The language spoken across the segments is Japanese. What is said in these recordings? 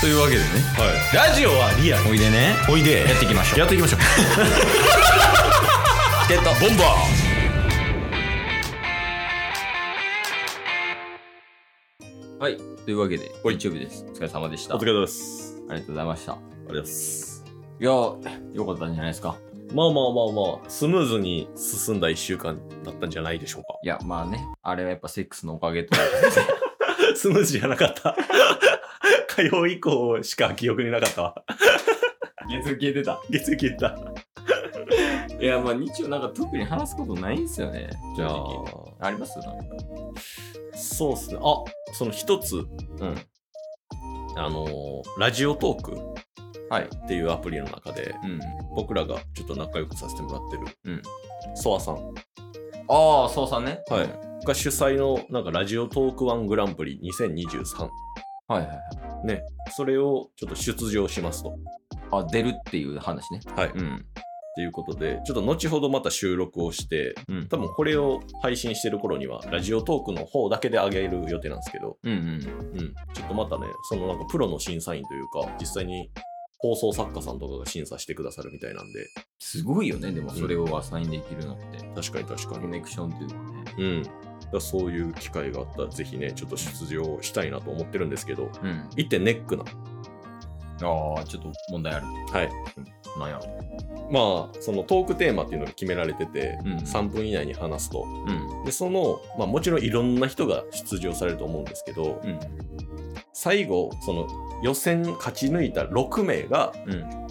というわけでねラジオはリアルおいでねおいでやっていきましょうやっていきましょう チケットボンバーはい。というわけで、はい YouTube です。お疲れ様でした。おあ疲りれ様ですがとうございました。いありがとうございますやー、よかったんじゃないですか。まあまあまあまあスムーズに進んだ1週間だったんじゃないでしょうかいや、まあね、あれはやっぱセックスのおかげと。 スムーズじゃなかった 火曜以降しか記憶になかったわ 月消えてた。月曜消えたいや、まあ日曜なんか特に話すことないんですよね。じゃ正あ直ありますなんか。そうっすねあその一つうん。あのーラジオトークはい。っていうアプリの中でうん。僕らがちょっと仲良くさせてもらってる、うん、ソワさんああ、そうさんね。はいうんが主催のなんかラジオトークワングランプリ2023はいはいはい。ねそれをちょっと出場しますと、あ、出るっていう話ね。はいっん。ていうことでちょっと後ほどまた収録をしてうん。多分これを配信してる頃にはラジオトークの方だけで上げる予定なんですけど、うんうん。うん、ちょっとまたねそのなんかプロの審査員というか実際に放送作家さんとかが審査してくださるみたいなんですごいよね、でもそれをアサインできるのって。確かに確かコにネクションというかね。うん、だからそういう機会があったら、ぜひね、ちょっと出場したいなと思ってるんですけど、うん。一点ネックな、ああ、ちょっと問題ある。はい、なんやろ。まあ、そのトークテーマっていうのが決められてて、うん3分以内に話すと、うん。でその、まあ、もちろんいろんな人が出場されると思うんですけど、うん。最後、その予選勝ち抜いた6名が、うん。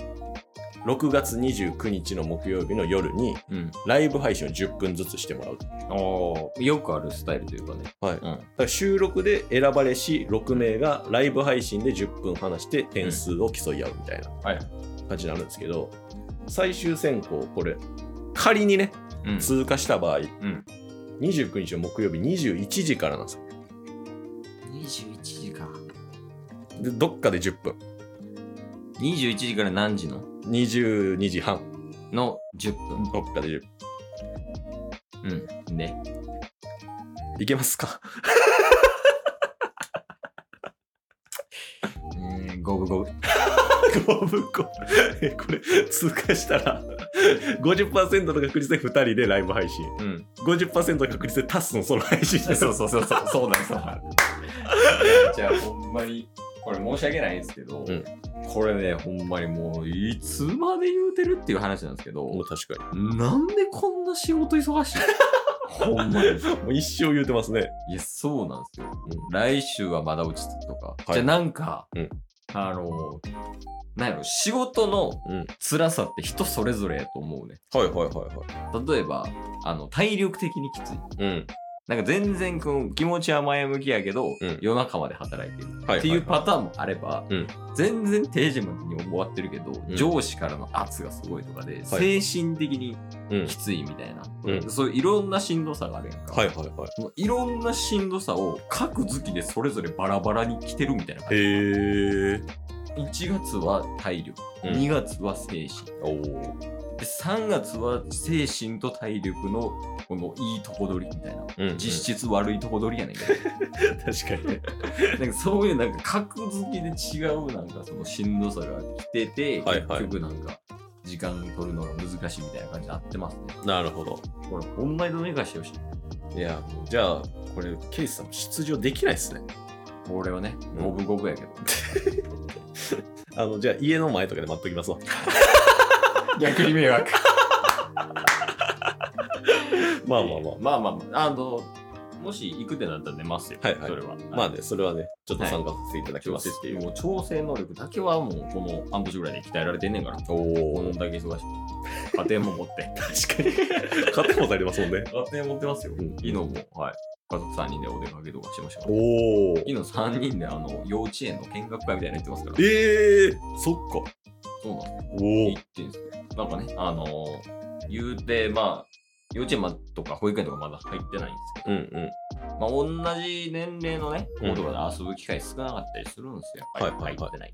6月29日の木曜日の夜に、うん。ライブ配信を10分ずつしてもらう。ああ、よくあるスタイルというかね。はい、うん。だから収録で選ばれし6名がライブ配信で10分話して点数を競い合うみたいなはい感じになるんですけど、最終選考これ仮にねうん通過した場合、ん29日の木曜日21時からなんですよ21時か。でどっかで10分21時から何時の22時半の10分。どっかで10分うん。ね。いけますかうん、五分五分。 5分後えこれ通過したら50%の確率で2人でライブ配信うん。 50%の確率でタスのその配信してそうそうそうそう、そうだそうだ。じゃあほんまに、これ申し訳ないんですけど、うんこれね、ほんまにもう、いつまで言うてるっていう話なんですけど、もう確かなんでこんな仕事忙しいほんまに。にもう一生言うてますねいや、そうなんですよ。う来週はまだ落ち着くとか。いじゃあなんか、うんあの、なんやろ、仕事のうん辛さって人それぞれやと思うね。はいはいはいはい。例えば、あの、体力的にきつい。うん。なんか全然こう気持ちは前向きやけど、うん夜中まで働いてるはい、っていうパターンもあれば、うん全然定時までに終わってるけど、ん上司からの圧がすごいとかで、はい精神的にーン。うんき。ついみたいな、うんそういういろんなしんどさがあるやんか、はいはいはい。そのいろんなしんどさを各月でそれぞれバラバラに来てるみたいな感じへえ。 1月は体力うん2月は精神、おお。で3月は精神と体力のこのいいとこ取りみたいなうん実質悪いとこ取りやねんけど質。確かに。なんかそういうなんか格付けで違うなんかそのしんどさが来てて、はいはい結局なんか時間取るのが難しいみたいな感じになってますね。なるほど。これほんまにどねかしてほしい。いや、もうじゃあ、これ、ケイスさんも出場できないですね。これはね、うん五分五分やけど。あの、じゃあ、家の前とかで待っときますわ。 逆に迷惑。 まあまあまあ。まあまあまあ、あの、もし行くってなったら寝ますよ。はいはいそれは。まああ、ね、それはね、ちょっと参加させていただき調ます整っていう。もう調整能力だけはもうこの半年ぐらいで鍛えられてんねんから。こおん。だけ忙しい。家庭も持 って。確かに。 勝手もありますもんね。家庭持ってますようんイノも、はい。家族3人でお出かけとかしてましたから。おお。昨日3人であの幼稚園の見学会みたいなの行ってますから。ええそっか。そうなんですよ。お行ってんすよ。なんかね、あのー、言うて、まあ、幼稚園まとか保育園とかまだ入ってないんですけうんうん。ど、まあ、同じ年齢のね、うん子とかで遊ぶ機会少なかったりするんですよ。やっぱりはいはいはい入ってない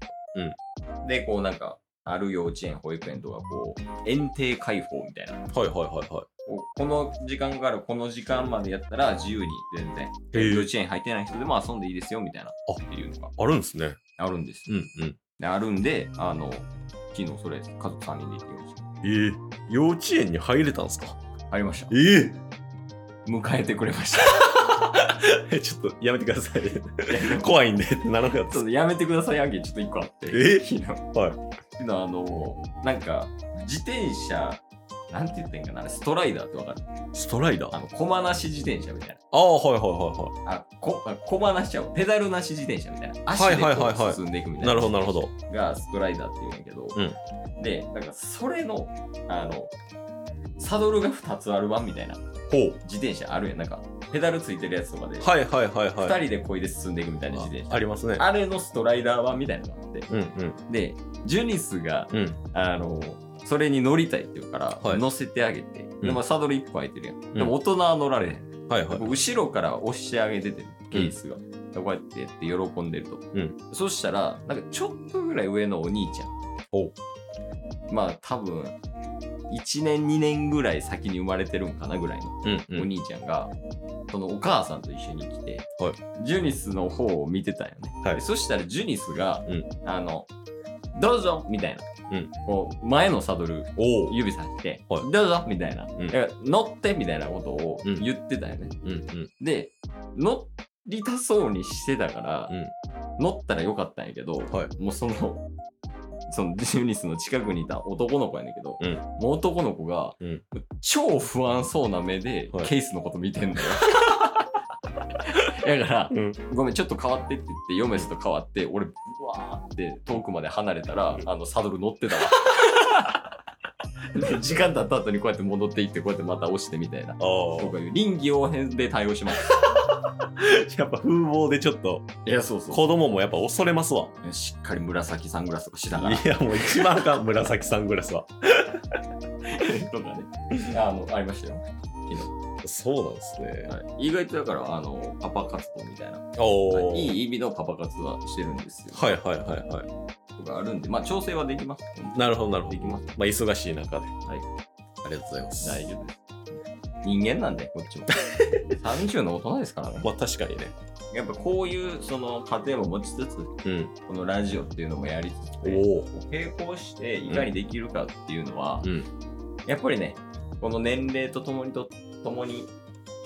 と。で、こうなんか、あある幼稚園、保育園とか、こう、園庭開放みたいな。はいはいはいはい。ここの時間からこの時間までやったら自由に全然、へえ幼稚園入ってない人でも遊んでいいですよみたいな、っていうのがあるんですね。あるんです。うんうん。であるんで、あの、昨日それ、家族3人で行ってきました。えー、幼稚園に入れたんですか入りました。え迎えてくれました。え ちょっとやめてください。いや 怖いんで、 ならなかちょっったです。とやめてください、アンケートちょっと一個あって。え昨日。はい昨日あの、なんか、自転車、なんて言ってんかな、あれストライダーってわかるストライダーああの、駒なし自転車みたいあー、はいはいはな。あ、こあ駒なしちゃう。ペダルなし自転車みたいな。足ではいはいはいこはうい進んでいくみいはたい。いな。なるほどなるほど。がストライダーって言うんやけど。で、なんか、それの、あの、サドルが2つあるわみたいなほう。自転車あるやん。なんか、ペダルついてるやつとかで、二はいはいはいはい。人でこいで進んでいくみたいな自転あ車。ありますね。あれのストライダー版みたいなのがあって。うんうんで、ジュニスが、うん。あの、それに乗りたいって言うから、はい乗せてあげて、うんでまあ、サドル1個空いてるやん。でも大人は乗られへん。はいはい。後ろから押してあげてて、ケースが。でこうやってやって喜んでると。んそしたら、なんかちょっとぐらい上のお兄ちゃん。おうまあ多分、1年2年ぐらい先に生まれてるんかなぐらいのうんうおん。兄ちゃんが、そのお母さんと一緒に来て、はジュニスの方を見てたんよね。はいでそしたらジュニスが、うんあの、どうぞみたいな、うんこう前のサドルおう。指さして、はいどうぞみたいな、うんだから乗ってみたいなことを言ってたよね。うんうんで、乗りたそうにしてたから、うん。乗ったらよかったんやけど、はい。もうその、そのジュニスの近くにいた男の子やねんけど、うんもう男の子が、うん超不安そうな目で、はいケースのこと見てんだよ。だから、うんごめん、ちょっと変わってって言って、ヨメスと変わって、俺、ブワーって遠くまで離れたら、あの、サドル乗ってた わ。で時間経った後にこうやって戻っていって、こうやってまた押してみたいな。ああ僕。は臨機応変で対応します。 やっぱ風貌でちょっといや、そうそ子供もやっぱ恐れますわ。う。しっかり紫サングラスとかしながら。いやもう一番あかん紫サングラスは。とかね。あの、ありましたよ。そうなんですね。はい、意外とだから、あの、パパ活動みたいな。おお。いい意味のパパ活はしてるんですよ。はいはいはいはい。とかあるんで、まあ、調整はできます。なるほどなるほでど。きまます。あ忙しい中で。はい。ありがとうございます。大丈夫です。人間なんで、こっ ちも。30の大人ですからね。まあ確かにね。やっぱこういう、その、家庭も持ちつつ、うん。このラジオっていうのもやりつつ、おお。並行していかにできるかっていうのは、うん。やっぱりね、この年齢とともにと、ともに、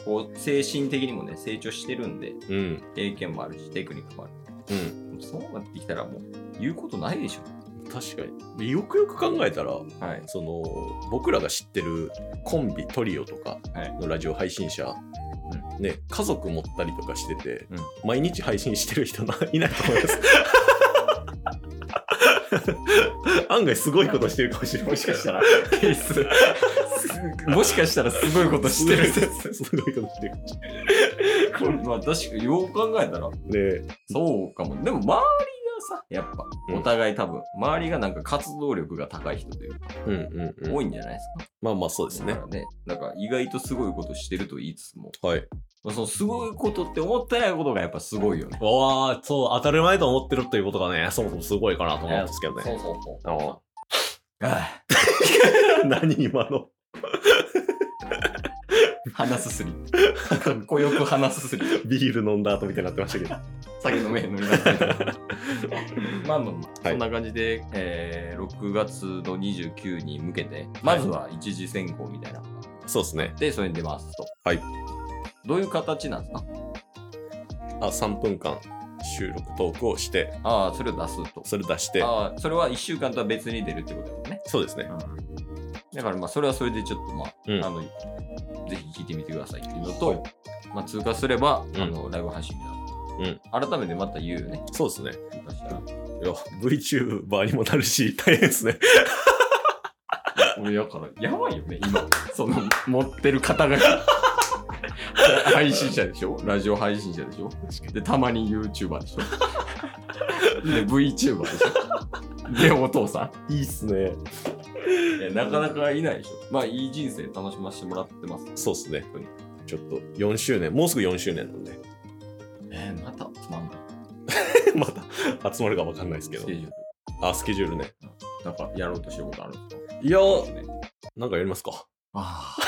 こう、精神的にもね、成長してるんで、うん。経験もあるし、テクニックもある。うん。そうなってきたらもう言うことないでしょ。確かに。よくよく考えたら、はい。その僕らが知ってるコンビトリオとかはいのラジオ配信者、ね、家族持ったりとかしてて、うん毎日配信してる人な いないと思います案外すごいことしてるかもしれない もしかしたらら、ケース、 もしかしたらすごいことしてる。すごいことしてるこれまあ確かによう考えたら、ねそうかも。でも周りがさ、やっぱ、うんお互い多分、周りがなんか活動力が高い人というか、うんうんうん多いんじゃないですか。まあまあそうですねだからね。なんか意外とすごいことしてると言いつつも、はいまあそのすごいことって思ってないことがやっぱすごいよね。わあそう当たり前と思ってるということがねそもそもすごいかなと思うんですけどねうそうそう。あああ 何今あの鼻すすり。かっこよく鼻すすり。ビール飲んだ後みたいになってましたけど酒飲めへんのにな ってるまあまあまあ、はいそんな感じで、えー6月の29に向けて、まずは一次選考みたいなのがあっ そうですねて、それに出ますと。はい。どういう形なんですかあ3分間収録トークをしてああ、それを出すと。それ出してああ、それは1週間とは別に出るってことだもんね。そうですねだからまあ、それはそれでちょっとまあ、うんあの、ぜひ聞いてみてくださいっていうのと、まあ、通過すれば、うんあの、ライブ配信みたいな。改めてまた言うよね。そうですね通過したらいや VTuber にもなるし 大変ですね俺だからやばいよね今その持ってる肩書き配信者でしょラジオ配信者でしょでたまに YouTuber でしょで VTuber でしょでお父さいいっすねんいやなかなかいないでしょまあいい人生楽しませてもらってますそうっすね本当にちょっと4周年もうすぐ4周年なんで えー、またつまんないまた集まるか分かんないですけスどケジュールあスケジュールねなんかやろうとしてることあるんですかいやそうですねなんかやりますかあ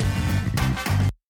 す